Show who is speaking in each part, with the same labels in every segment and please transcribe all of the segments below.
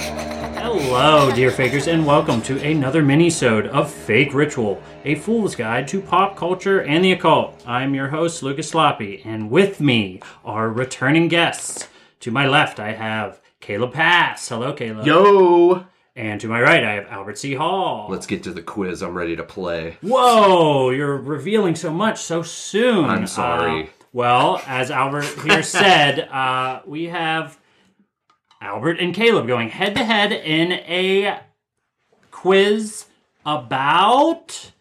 Speaker 1: Hello, dear fakers, and welcome to another mini-sode of Fake Ritual, a fool's guide to pop culture and the occult. I'm your host, Lucas Sloppy, and with me are returning guests. To my left, I have Caleb Pass. Hello, Caleb.
Speaker 2: Yo!
Speaker 1: And to my right, I have Albert C. Hall.
Speaker 2: Let's get to the quiz. I'm ready to play.
Speaker 1: Whoa, you're revealing so much so soon.
Speaker 2: I'm sorry.
Speaker 1: Uh, well, as Albert here said, uh, we have Albert and Caleb going head to head in a quiz about,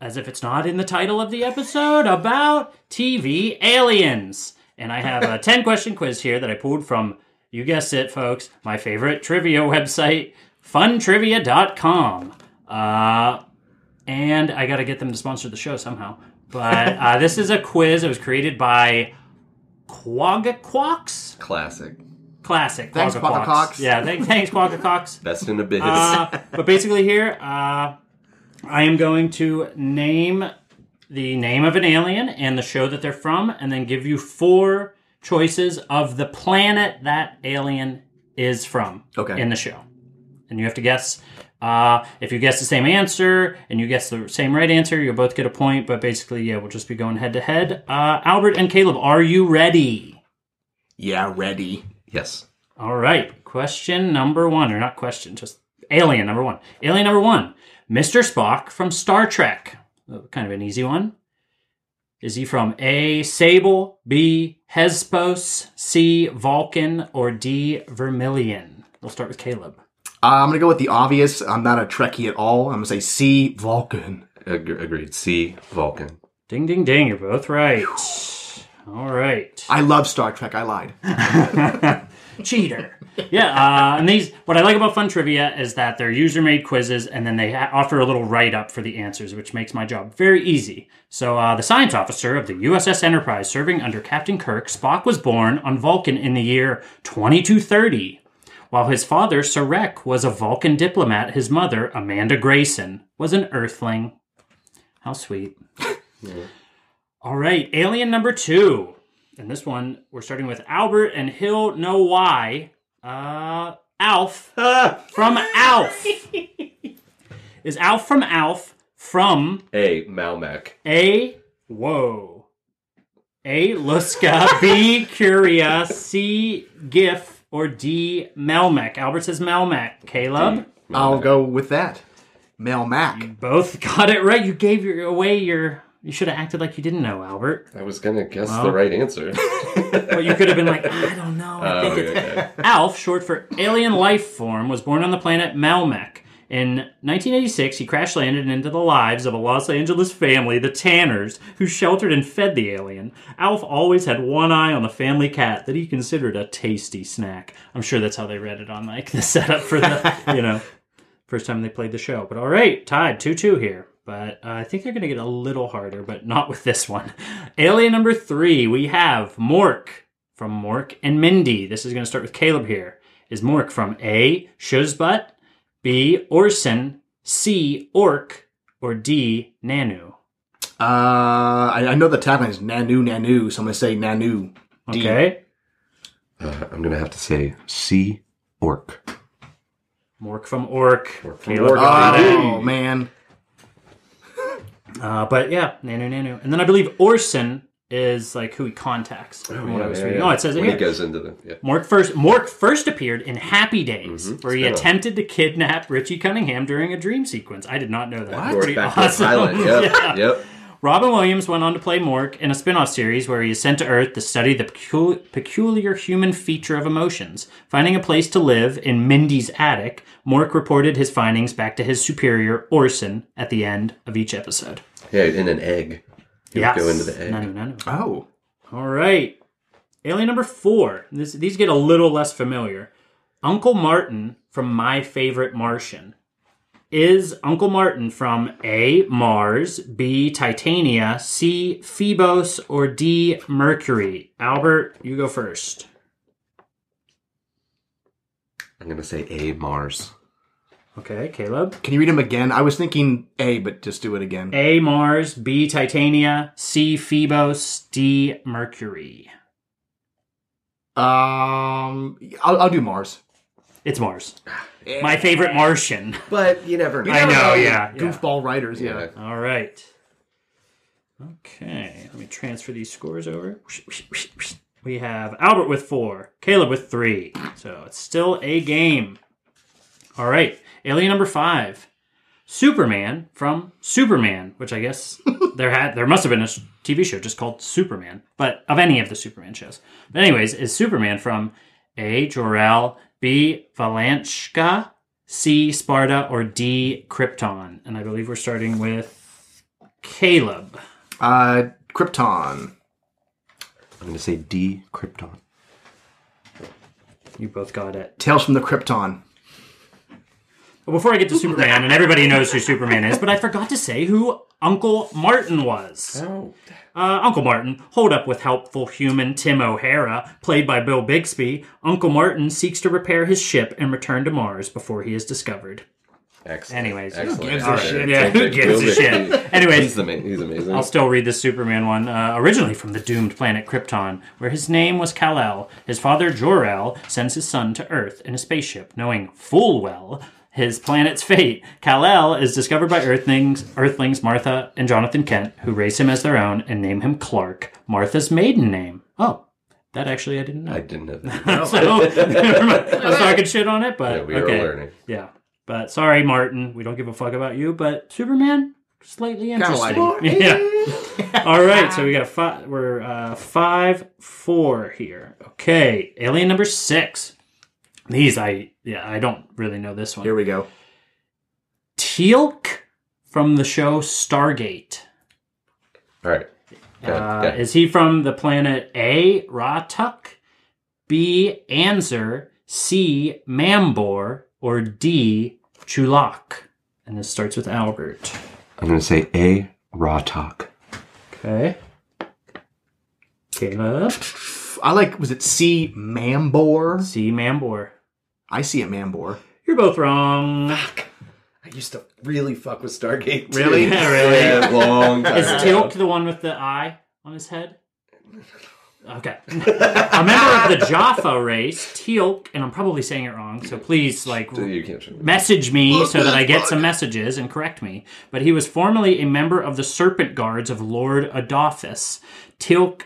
Speaker 1: as if it's not in the title of the episode, about TV aliens. And I have a 10 question quiz here that I pulled from, you guessed it, folks, my favorite trivia website, funtrivia.com. Uh, and I got to get them to sponsor the show somehow. But uh, this is a quiz. It was created by Quagaquox
Speaker 2: Classic.
Speaker 1: classic.
Speaker 3: Thanks,
Speaker 1: Quagga
Speaker 3: Quagga
Speaker 1: Quox.
Speaker 3: Cox.
Speaker 1: Yeah, thank, thanks, Quagga Cox.
Speaker 2: Best in the biz.
Speaker 1: Uh, but basically, here uh, I am going to name the name of an alien and the show that they're from, and then give you four choices of the planet that alien is from.
Speaker 2: Okay.
Speaker 1: In the show, and you have to guess. Uh, if you guess the same answer and you guess the same right answer, you'll both get a point. But basically, yeah, we'll just be going head to head. Uh, Albert and Caleb, are you ready?
Speaker 3: Yeah, ready.
Speaker 2: yes.
Speaker 1: All right. Question number one, or not question, just alien number one. Alien number one. Mr. Spock from Star Trek. Oh, Kind of an easy one. Is he from A. Sable, B. Hespos, C. Vulcan, or D. Vermilion? We'll start with Caleb.
Speaker 3: Uh, I'm gonna go with the obvious. I'm not a Trekkie at all. I'm gonna say C Vulcan.
Speaker 2: Ag- agreed. C. Vulcan.
Speaker 1: Ding, ding, ding. You're both right. All right.
Speaker 3: I love Star Trek. I lied.
Speaker 1: cheater. Yeah, uh, and these what I like about fun trivia is that they're user made quizzes, and then they ha- offer a little write up for the answers, which makes my job very easy. So, uh, the science officer of the USS Enterprise, serving under Captain Kirk, Spock was born on Vulcan in the year 2230. While his father, Sarek, was a Vulcan diplomat, his mother, Amanda Grayson, was an Earthling. How sweet. All right, alien number two. And this one, we're starting with Albert and he'll know why. Uh, Alf from Alf. Is Alf from Alf from
Speaker 2: A. Malmec.
Speaker 1: A. Whoa. A. Luska. B. Curia. C. Gif. Or D. Melmec. Albert says Melmec. Caleb?
Speaker 3: I'll go with that. Mel Mac.
Speaker 1: Both got it right. You gave your, away your. You should have acted like you didn't know, Albert.
Speaker 2: I was going to guess the right answer.
Speaker 1: Or you could have been like, I don't know. I think
Speaker 2: Oh,
Speaker 1: it's
Speaker 2: yeah.
Speaker 1: Alf, short for Alien Life Form, was born on the planet Malmec. In 1986, he crash landed into the lives of a Los Angeles family, the Tanners, who sheltered and fed the alien. Alf always had one eye on the family cat that he considered a tasty snack. I'm sure that's how they read it on like the setup for the, you know, first time they played the show. But all right, tied 2 2 here. But uh, I think they're going to get a little harder, but not with this one. Alien number three, we have Mork from Mork and Mindy. This is going to start with Caleb here. Is Mork from A, Shuzbutt, B, Orson, C, Orc, or D, Nanu?
Speaker 3: Uh, I, I know the tagline is Nanu Nanu, so I'm gonna say Nanu. D.
Speaker 1: Okay.
Speaker 2: Uh, I'm going to have to say C. Orc.
Speaker 1: Mork from Orc.
Speaker 2: Mork from Ah.
Speaker 1: Caleb
Speaker 2: Orc.
Speaker 1: got it.
Speaker 3: Oh man,
Speaker 1: Uh, but yeah, Nanu Nanu. And then I believe Orson is like who he contacts. Oh,
Speaker 2: Yeah, yeah, yeah.
Speaker 1: Oh, it says it
Speaker 2: when
Speaker 1: here.
Speaker 2: he goes into the. Yeah.
Speaker 1: Mork first Mork first appeared in Happy Days, where
Speaker 2: Mm-hmm.
Speaker 1: he
Speaker 2: Spin-off.
Speaker 1: attempted to kidnap Richie Cunningham during a dream sequence. I did not know that. That's
Speaker 2: Mork
Speaker 1: pretty
Speaker 2: back to the
Speaker 1: awesome.
Speaker 2: pilot. Yep.
Speaker 1: Yeah.
Speaker 2: Yep.
Speaker 1: Robin Williams went on to play Mork in a spin-off series where he is sent to Earth to study the pecul- peculiar human feature of emotions. Finding a place to live in Mindy's attic, Mork reported his findings back to his superior Orson at the end of each episode.
Speaker 2: Yeah, in an egg. He would
Speaker 1: Yes.
Speaker 2: Go into the egg.
Speaker 1: No, no, no, no.
Speaker 3: oh,
Speaker 1: All right. Alien number four. This, these get a little less familiar. Uncle Martin from My Favorite Martian. Is Uncle Martin from A. Mars, B. Titania, C. Phoebos, or D. Mercury? Albert, you go first.
Speaker 2: I'm going to say A. Mars.
Speaker 1: Okay, Caleb.
Speaker 3: Can you read them again? I was thinking A, but just do it again.
Speaker 1: A Mars, B Titania, C Phoebos, D Mercury.
Speaker 3: Um, I'll, I'll do Mars.
Speaker 1: It's Mars. My favorite Martian.
Speaker 2: But you never know.
Speaker 1: I know, yeah. yeah.
Speaker 3: Goofball writers, yeah.
Speaker 2: Yeah.
Speaker 1: All right. Okay, let me transfer these scores over. We have Albert with four, Caleb with three. So it's still a game. All right, alien number five, Superman from Superman, which I guess there had there must have been a s- TV show just called Superman, but of any of the Superman shows. But anyways, is Superman from A. Jor-El, B. Valanchka, C. Sparta, or D. Krypton? And I believe we're starting with Caleb.
Speaker 3: Uh, Krypton.
Speaker 2: I'm gonna say D Krypton.
Speaker 1: You both got it.
Speaker 3: Tales from the Krypton.
Speaker 1: Well, Before I get to Superman, and everybody knows who Superman is, but I forgot to say who Uncle Martin was.
Speaker 2: Oh.
Speaker 1: Uh, Uncle Martin, hold up with helpful human Tim O'Hara, played by Bill Bixby. Uncle Martin seeks to repair his ship and return to Mars before he is discovered.
Speaker 2: Excellent.
Speaker 1: Anyways, who
Speaker 2: Excellent.
Speaker 3: gives a
Speaker 2: All
Speaker 3: shit?
Speaker 1: Yeah, who
Speaker 2: Perfect.
Speaker 1: gives a
Speaker 2: Bill
Speaker 1: shit?
Speaker 2: Bixby.
Speaker 1: Anyways.
Speaker 2: he's, ama- he's amazing.
Speaker 1: I'll still read the Superman one, uh, originally from the doomed planet Krypton, where his name was Kal-El. His father, Jor-El, sends his son to Earth in a spaceship, knowing full well his planet's fate. Kal-El is discovered by Earthlings, Earthlings Martha and Jonathan Kent, who raise him as their own and name him Clark, Martha's maiden name. Oh, that actually I didn't know.
Speaker 2: I didn't know that.
Speaker 1: so, never mind. I was talking shit on it, but
Speaker 2: Yeah, we
Speaker 1: okay.
Speaker 2: are learning.
Speaker 1: Yeah. But sorry, Martin, we don't give a fuck about you, but Superman, slightly interesting.
Speaker 3: like
Speaker 1: yeah. All right, so we got five we're uh five four here. Okay. Alien number six. These I yeah, I don't really know this
Speaker 3: Here
Speaker 1: one.
Speaker 3: we go.
Speaker 1: Teal'c from the show Stargate.
Speaker 2: All right. Yeah,
Speaker 1: Uh,
Speaker 2: yeah.
Speaker 1: Is he from the planet A, Ratuk, B, Anzer, C, Mambor, or D, Chulak? And this starts with Albert.
Speaker 2: I'm gonna say A Raw Talk.
Speaker 1: Okay. Caleb.
Speaker 3: I like, was it C, Mambor?
Speaker 1: C, Mambor.
Speaker 3: I see a Mambor.
Speaker 1: You're both wrong.
Speaker 2: I used to really fuck with Stargate.
Speaker 3: Really?
Speaker 1: Yeah, really.
Speaker 2: Yeah, long time.
Speaker 1: Is
Speaker 2: ago.
Speaker 1: Tilk the one with the eye on his head? Okay. A member of the Jaffa race, Teal'c, and I'm probably saying it wrong, so please, like,
Speaker 2: You can't show me.
Speaker 1: message me so that I get some messages and correct me. But he was formerly a member of the Serpent Guards of Lord Adolphus. Tilk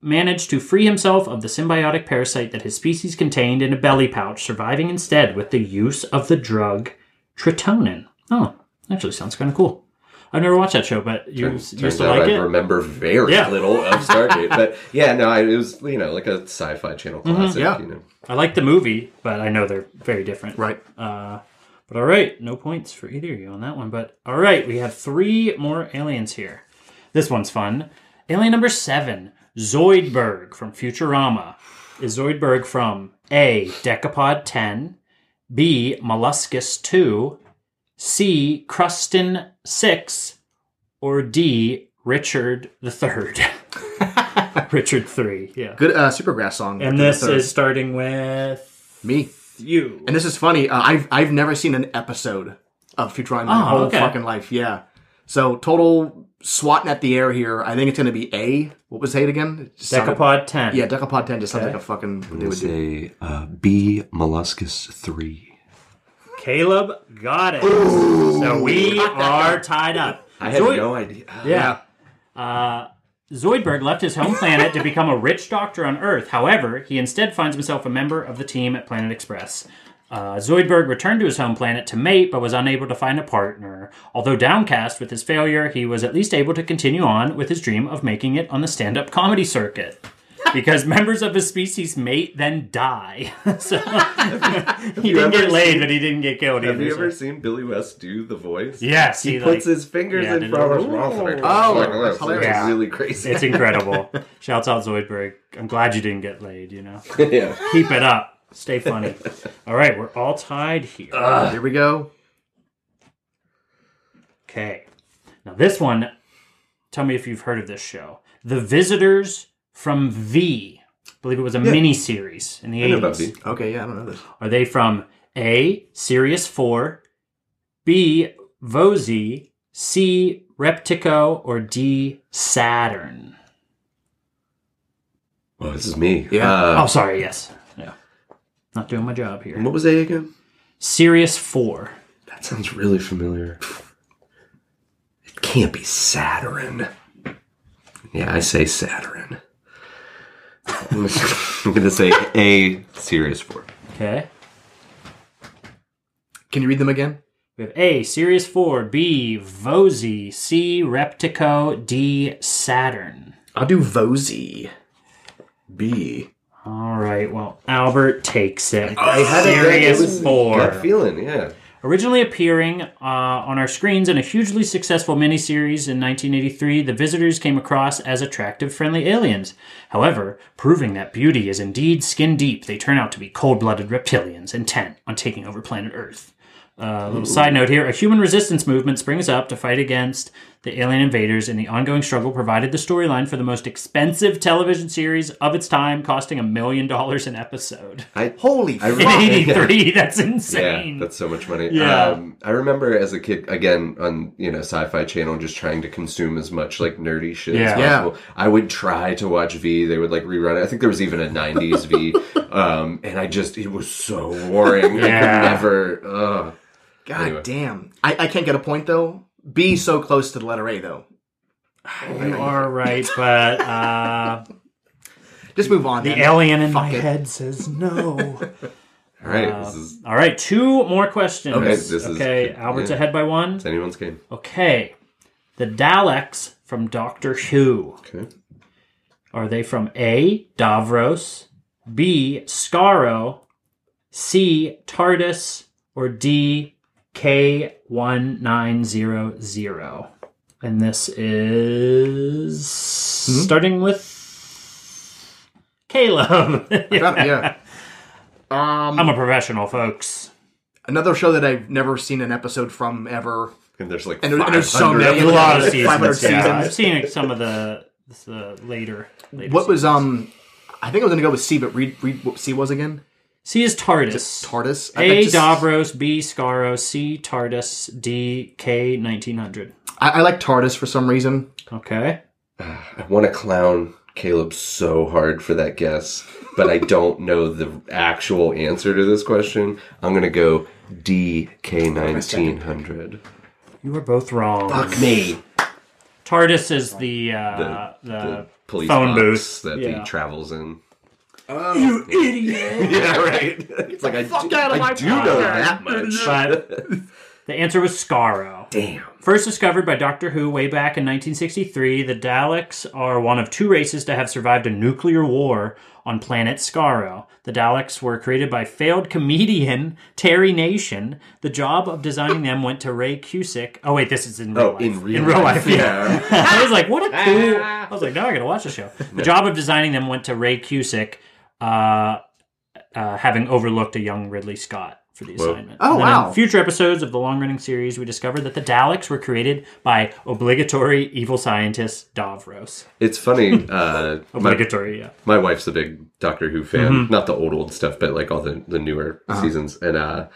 Speaker 1: managed to free himself of the symbiotic parasite that his species contained in a belly pouch, surviving instead with the use of the drug tritonin. Oh, actually sounds kind of cool. I've never watched that show, but you
Speaker 2: Turns
Speaker 1: used
Speaker 2: turns
Speaker 1: to
Speaker 2: out
Speaker 1: like
Speaker 2: I
Speaker 1: it.
Speaker 2: remember very
Speaker 1: Yeah.
Speaker 2: little of Stargate, but yeah, no, I, it was you know like a sci-fi channel
Speaker 1: Mm-hmm,
Speaker 2: classic.
Speaker 3: Yeah.
Speaker 2: You know,
Speaker 1: I like the movie, but I know they're very different.
Speaker 3: Right.
Speaker 1: Uh, but all right, no points for either of you on that one. But all right, we have three more aliens here. This one's fun. Alien number seven, Zoidberg from Futurama. Is Zoidberg from A. Decapod 10, B. Molluscus 2, C. Crustin 6, or D. Richard the Third? Richard 3, yeah.
Speaker 3: Good uh, Supergrass song.
Speaker 1: And this is starting with
Speaker 3: uh, Me.
Speaker 1: you.
Speaker 3: And this is funny. Uh, I've I've never seen an episode of Futurama in my
Speaker 1: Oh,
Speaker 3: whole
Speaker 1: okay.
Speaker 3: fucking life. Yeah. So total swatting at the air here. I think it's going to be A. What was A again? It just sounded-
Speaker 1: Decapod 10.
Speaker 3: yeah, Decapod Ten just sounds like a fucking. what they
Speaker 2: I
Speaker 3: would do.
Speaker 2: say uh, B Molluscus three.
Speaker 1: Caleb got it. So we are tied up.
Speaker 2: I had
Speaker 1: Zoid-
Speaker 2: no idea.
Speaker 1: Yeah. Uh, Zoidberg left his home planet to become a rich doctor on Earth. However, he instead finds himself a member of the team at Planet Express. Uh, Zoidberg returned to his home planet to mate, but was unable to find a partner. Although downcast with his failure, he was at least able to continue on with his dream of making it on the stand up comedy circuit. Because members of his species mate, then die. so he
Speaker 2: you
Speaker 1: didn't
Speaker 2: ever
Speaker 1: get laid,
Speaker 2: seen-
Speaker 1: but he didn't get killed either.
Speaker 2: Have you
Speaker 1: so-
Speaker 2: ever seen Billy West do the voice?
Speaker 1: Yes,
Speaker 2: he,
Speaker 1: he,
Speaker 2: puts
Speaker 1: like-
Speaker 2: his fingers
Speaker 1: yeah,
Speaker 2: in
Speaker 1: did
Speaker 2: front of
Speaker 1: it.
Speaker 2: his mouth. and it-
Speaker 3: Oh,
Speaker 2: like, it's
Speaker 3: that's hilarious.
Speaker 1: Yeah.
Speaker 2: really crazy.
Speaker 1: It's incredible. Shouts out Zoidberg. I'm glad you didn't get laid, you know.
Speaker 2: yeah.
Speaker 1: Keep it up. Stay funny. All right, we're all tied here.
Speaker 3: Here we go.
Speaker 1: Okay. Now this one, tell me if you've heard of this show. The Visitors from V. I believe it was a mini series in the
Speaker 2: I know about
Speaker 1: eighties.
Speaker 2: B.
Speaker 3: Okay. Yeah, I don't know this.
Speaker 1: Are they from A, Sirius 4, B. Vosi. C. Reptico. Or D. Saturn.
Speaker 2: Oh, this is me.
Speaker 3: Yeah.
Speaker 2: Uh,
Speaker 1: oh, sorry. Yes. Yeah. Not doing my job here.
Speaker 2: What was A again?
Speaker 1: Sirius 4.
Speaker 2: That sounds really familiar. It can't be Saturn. Yeah, I say Saturn. I'm gonna say A Sirius Four.
Speaker 1: Okay.
Speaker 3: Can you read them again?
Speaker 1: We have A. Sirius 4. B. Vosi. C. Reptico. D. Saturn.
Speaker 3: I'll do Vozy. B.
Speaker 1: All right. Well, Albert takes it.
Speaker 2: had it right. It
Speaker 1: Sirius
Speaker 2: was- Gut
Speaker 1: 4.
Speaker 2: feeling, yeah.
Speaker 1: Originally appearing uh, on our screens in a hugely successful miniseries in 1983, the visitors came across as attractive, friendly aliens. However, proving that beauty is indeed skin deep, they turn out to be cold blooded reptilians intent on taking over planet Earth. Uh, a little side note here a human resistance movement springs up to fight against the alien invaders, and the ongoing struggle provided the storyline for the most expensive television series of its time, costing a million dollars an episode.
Speaker 2: I
Speaker 3: Holy
Speaker 2: I
Speaker 1: In
Speaker 2: Yeah.
Speaker 3: fuck.
Speaker 2: really-
Speaker 1: 83, that's
Speaker 2: yeah,
Speaker 1: insane.
Speaker 2: that's so much money.
Speaker 1: Yeah.
Speaker 2: Um, I remember as a kid, again on you know Sci-Fi Channel, just trying to consume as much like nerdy shit as
Speaker 1: Yeah.
Speaker 3: Yeah.
Speaker 2: possible. I would try to watch V. They would like rerun it. I think there was even a '90s V, um, and I just it was so boring. I
Speaker 1: Yeah.
Speaker 2: could never. Ugh.
Speaker 3: God
Speaker 2: Anyway.
Speaker 3: damn. I, I can't get a point though. B so close to the letter A though.
Speaker 1: You are right, but uh,
Speaker 3: Just move on.
Speaker 1: the
Speaker 3: then.
Speaker 1: alien in my
Speaker 3: Fuck it.
Speaker 1: head says no.
Speaker 2: All right,
Speaker 1: Uh,
Speaker 2: this is
Speaker 1: all right, two more questions.
Speaker 2: Okay,
Speaker 1: Okay,
Speaker 2: this is-
Speaker 1: Albert's
Speaker 2: yeah.
Speaker 1: ahead by one.
Speaker 2: it's anyone's game.
Speaker 1: Okay, the Daleks from Doctor Who
Speaker 2: Okay.
Speaker 1: are they from A. Davros, B. Scaro, C. TARDIS, or D. K one nine zero zero? And this is starting with Caleb.
Speaker 3: Got it, yeah. Um,
Speaker 1: I'm a professional, folks.
Speaker 3: another show that I've never seen an episode from ever.
Speaker 2: And there's like
Speaker 3: And there- and there's so
Speaker 2: 500
Speaker 3: many.
Speaker 1: A lot of seasons.
Speaker 3: 500
Speaker 1: yeah.
Speaker 3: seasons.
Speaker 1: I've seen some of the, the later. later
Speaker 3: What was um? I think I was gonna go with C, but read read what C was again.
Speaker 1: C is TARDIS.
Speaker 3: Tardis. I
Speaker 1: A
Speaker 3: think just-
Speaker 1: Davros, B Scaro, C TARDIS, D K nineteen hundred.
Speaker 3: I, I like Tardis for some reason.
Speaker 1: Okay.
Speaker 2: I want to clown Caleb so hard for that guess, but I don't know the actual answer to this question. I'm gonna go DK nineteen hundred.
Speaker 1: You are both wrong.
Speaker 2: Me.
Speaker 1: TARDIS is the uh, the,
Speaker 2: The police
Speaker 1: phone
Speaker 2: box
Speaker 1: booth.
Speaker 2: that
Speaker 1: Yeah.
Speaker 2: he travels in.
Speaker 1: you idiot.
Speaker 2: Yeah, right. it's like I do,
Speaker 3: out of my
Speaker 2: I do know
Speaker 1: pocket.
Speaker 2: that much.
Speaker 1: but the answer was Scaro.
Speaker 2: Damn.
Speaker 1: First discovered by Doctor Who way back in 1963, the Daleks are one of two races to have survived a nuclear war on planet Skaro. The Daleks were created by failed comedian Terry Nation. The job of designing them went to Ray Cusick. Oh wait, this is in real
Speaker 2: Oh,
Speaker 1: life.
Speaker 2: in real,
Speaker 1: life, yeah. I was like, what a cool.
Speaker 3: Ah.
Speaker 1: I was like, now I gotta watch the show. The job of designing them went to Ray Cusick, uh, uh, having overlooked a young Ridley Scott for the assignment.
Speaker 3: Oh,
Speaker 1: And then
Speaker 3: wow.
Speaker 1: In future episodes of the long-running series, we discovered that the Daleks were created by obligatory evil scientist Davros.
Speaker 2: It's funny. Uh, my,
Speaker 1: Obligatory, yeah.
Speaker 2: my wife's a big Doctor Who fan.
Speaker 1: Mm-hmm.
Speaker 2: Not the old old stuff, but like all the the newer
Speaker 1: Uh-huh.
Speaker 2: seasons. And uh,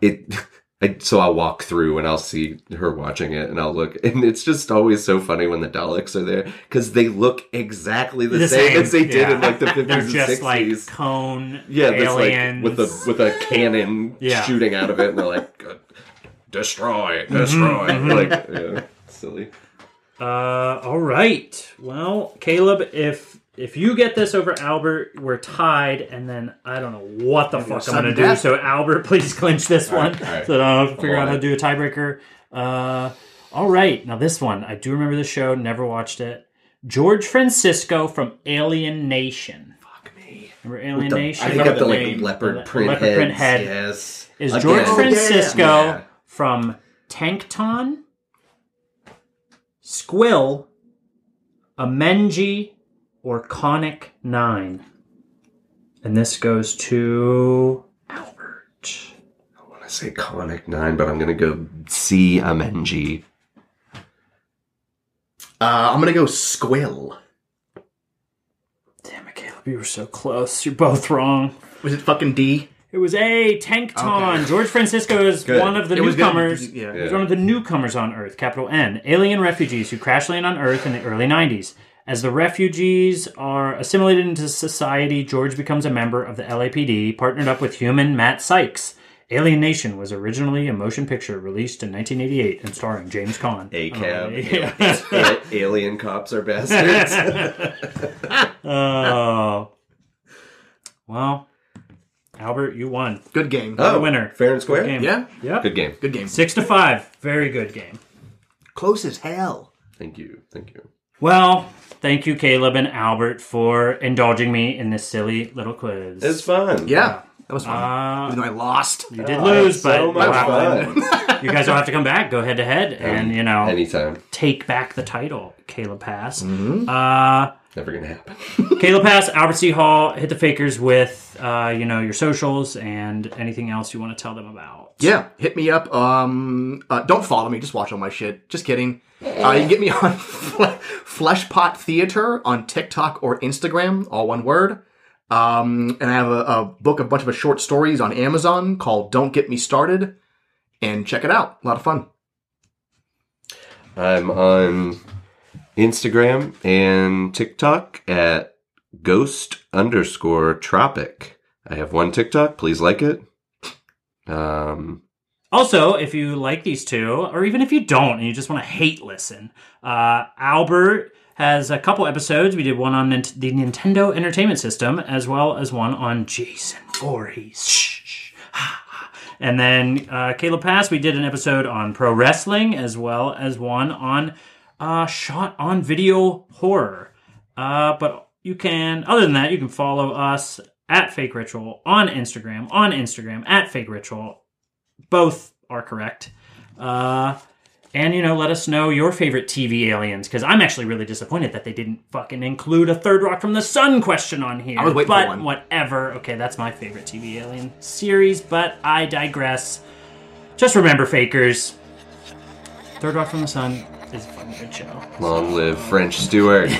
Speaker 2: it. I, so I'll walk through and I'll see her watching it and I'll look and it's just always so funny when the Daleks are there because they look exactly the,
Speaker 1: The
Speaker 2: same,
Speaker 1: same,
Speaker 2: as they did in
Speaker 1: yeah.
Speaker 2: like the 50s
Speaker 1: They're
Speaker 2: and 60s.
Speaker 1: just like cone
Speaker 2: Yeah, that's like
Speaker 1: aliens.
Speaker 2: with a with a cannon
Speaker 1: Yeah. Mm-hmm.
Speaker 2: shooting out of it, and they're like, "Uh, "Destroy, destroy!" Like, yeah, silly.
Speaker 1: Uh, all right. Well, Caleb, if if you get this over Albert, we're tied, and then I don't know what the fuck I'm
Speaker 3: sudden
Speaker 1: gonna do.
Speaker 3: death.
Speaker 1: So Albert, please clinch this one,
Speaker 2: all right.
Speaker 1: so that I don't have to figure
Speaker 2: I'm on
Speaker 1: out how to
Speaker 2: it.
Speaker 1: do a tiebreaker. Uh, all right. Now this one, I do remember the show. Never watched it. George Francisco from Alien Nation.
Speaker 2: Fuck me.
Speaker 1: Remember Alien
Speaker 2: I
Speaker 1: Nation?
Speaker 2: think got the like
Speaker 3: name.
Speaker 1: The
Speaker 2: leopard print
Speaker 1: leopard print head.
Speaker 2: head. Yes,
Speaker 1: Is
Speaker 2: Again.
Speaker 1: George
Speaker 3: Oh, yeah, yeah, yeah.
Speaker 1: Francisco
Speaker 2: Yeah.
Speaker 1: from Tankton, Squill, Amenji, or Conic Nine? And this goes to Albert.
Speaker 2: I want to say Conic Nine, but I'm gonna go C MNG.
Speaker 3: Uh, I'm gonna go Squill.
Speaker 1: Damn it, Caleb, you were so close. You're both wrong.
Speaker 3: Was it fucking D?
Speaker 1: It It was a Tankton. George Francisco is
Speaker 2: Good.
Speaker 1: one of the
Speaker 3: It was gonna-
Speaker 1: newcomers.
Speaker 3: yeah.
Speaker 1: He was one of the newcomers on Earth, capital N, alien refugees who crash land on Earth in the early 90s. As the refugees are assimilated into society, George becomes a member of the LAPD, partnered up with human Matt Sykes. Alien Nation was originally a motion picture released in 1988 and starring James Caan. Oh,
Speaker 2: A cab.
Speaker 1: yeah.
Speaker 2: Alien cops are bastards.
Speaker 1: Oh. Well, Albert, you won.
Speaker 3: Good game.
Speaker 1: The winner.
Speaker 2: Oh, Fair and square.
Speaker 1: Game.
Speaker 3: yeah,
Speaker 1: Yep.
Speaker 2: Good game.
Speaker 3: good game.
Speaker 1: Six to five. Very good game.
Speaker 3: Close as hell.
Speaker 2: Thank you. Thank you.
Speaker 1: Well, thank you, Caleb and Albert, for indulging me in this silly little quiz.
Speaker 2: It's fun.
Speaker 3: Yeah, that was fun.
Speaker 1: Uh,
Speaker 3: Even though I lost.
Speaker 1: you did lose, but
Speaker 2: so much
Speaker 1: wow.
Speaker 2: fun.
Speaker 1: you guys will have to come back, go head to head, and you know,
Speaker 2: Anytime.
Speaker 1: take back the title. Caleb Pass.
Speaker 2: Mm-hmm.
Speaker 1: Uh,
Speaker 2: Never gonna happen.
Speaker 1: Caleb Pass, Albert C. Hall, hit the fakers with uh, you know your socials and anything else you want to tell them about.
Speaker 3: Yeah, hit me up. Um, uh, don't follow me. Just watch all my shit. Just kidding. Uh, you can get me on Fle- Fleshpot Theater on TikTok or Instagram, all one word. Um, and I have a, a book, a bunch of short stories on Amazon called "Don't Get Me Started," and check it out. A lot of fun.
Speaker 2: I'm on Instagram and TikTok at ghost underscore tropic. I have one TikTok. Please like it. Um,
Speaker 1: Also, if you like these two, or even if you don't and you just want to hate listen, uh, Albert has a couple episodes. We did one on Nin- the Nintendo Entertainment System, as well as one on Jason Voorhees. Shh, shh, ah, ah. And then uh, Caleb Pass, we did an episode on pro wrestling, as well as one on uh, shot on video horror. Uh, but you can, other than that, you can follow us at Fake Ritual on Instagram, on Instagram, at Fake Ritual, both are correct. Uh, and you know, let us know your favorite TV aliens because I'm actually really disappointed that they didn't fucking include a Third Rock from the Sun question on here.
Speaker 3: I was waiting for
Speaker 1: but
Speaker 3: one.
Speaker 1: whatever. Okay, that's my favorite TV alien series, but I digress. Just remember, fakers. Third Rock from the Sun is a fucking good show.
Speaker 2: long live French Stewart.